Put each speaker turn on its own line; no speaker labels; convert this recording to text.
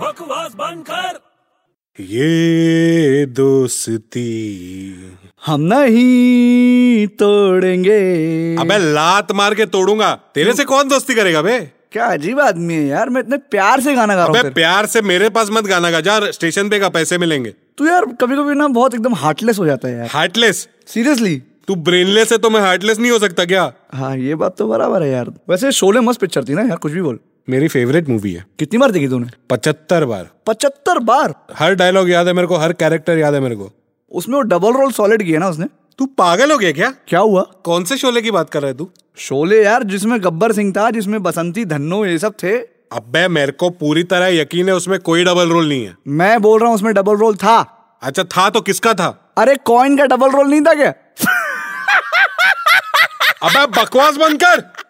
बकवास बंद कर
ये दोस्ती
हम नहीं तोड़ेंगे
अबे लात मार के तोड़ूंगा तेरे से कौन दोस्ती करेगा बे
क्या अजीब आदमी है यार मैं इतने प्यार से गाना गा रहा
अबे
हूँ
प्यार से मेरे पास मत गाना गा जा स्टेशन पे का पैसे मिलेंगे
तू यार कभी कभी ना बहुत एकदम हार्टलेस हो जाता है
हाँ।
यार
हार्टलेस
सीरियसली
तू ब्रेनलेस है तो मैं हार्टलेस नहीं हो सकता क्या
हाँ ये बात तो बराबर है यार वैसे शोले मस्त पिक्चर थी ना यार कुछ भी बोल
मेरी फेवरेट मूवी है
कितनी बार देखी तूने
पचहत्तर बार
पचहत्तर बार
हर डायलॉग याद है मेरे को हर कैरेक्टर याद है मेरे को
उसमें वो डबल रोल सॉलिड किया ना उसने
तू पागल हो गया क्या
क्या हुआ
कौन से शोले की बात कर रहा है तू
शोले यार जिसमें गब्बर सिंह था जिसमें बसंती धन्नो ये सब थे
अबे मेरे को पूरी तरह यकीन है उसमें कोई डबल रोल नहीं है
मैं बोल रहा हूँ उसमें डबल रोल था
अच्छा था तो किसका था
अरे कॉइन का डबल रोल नहीं था क्या
अबे बकवास बंद कर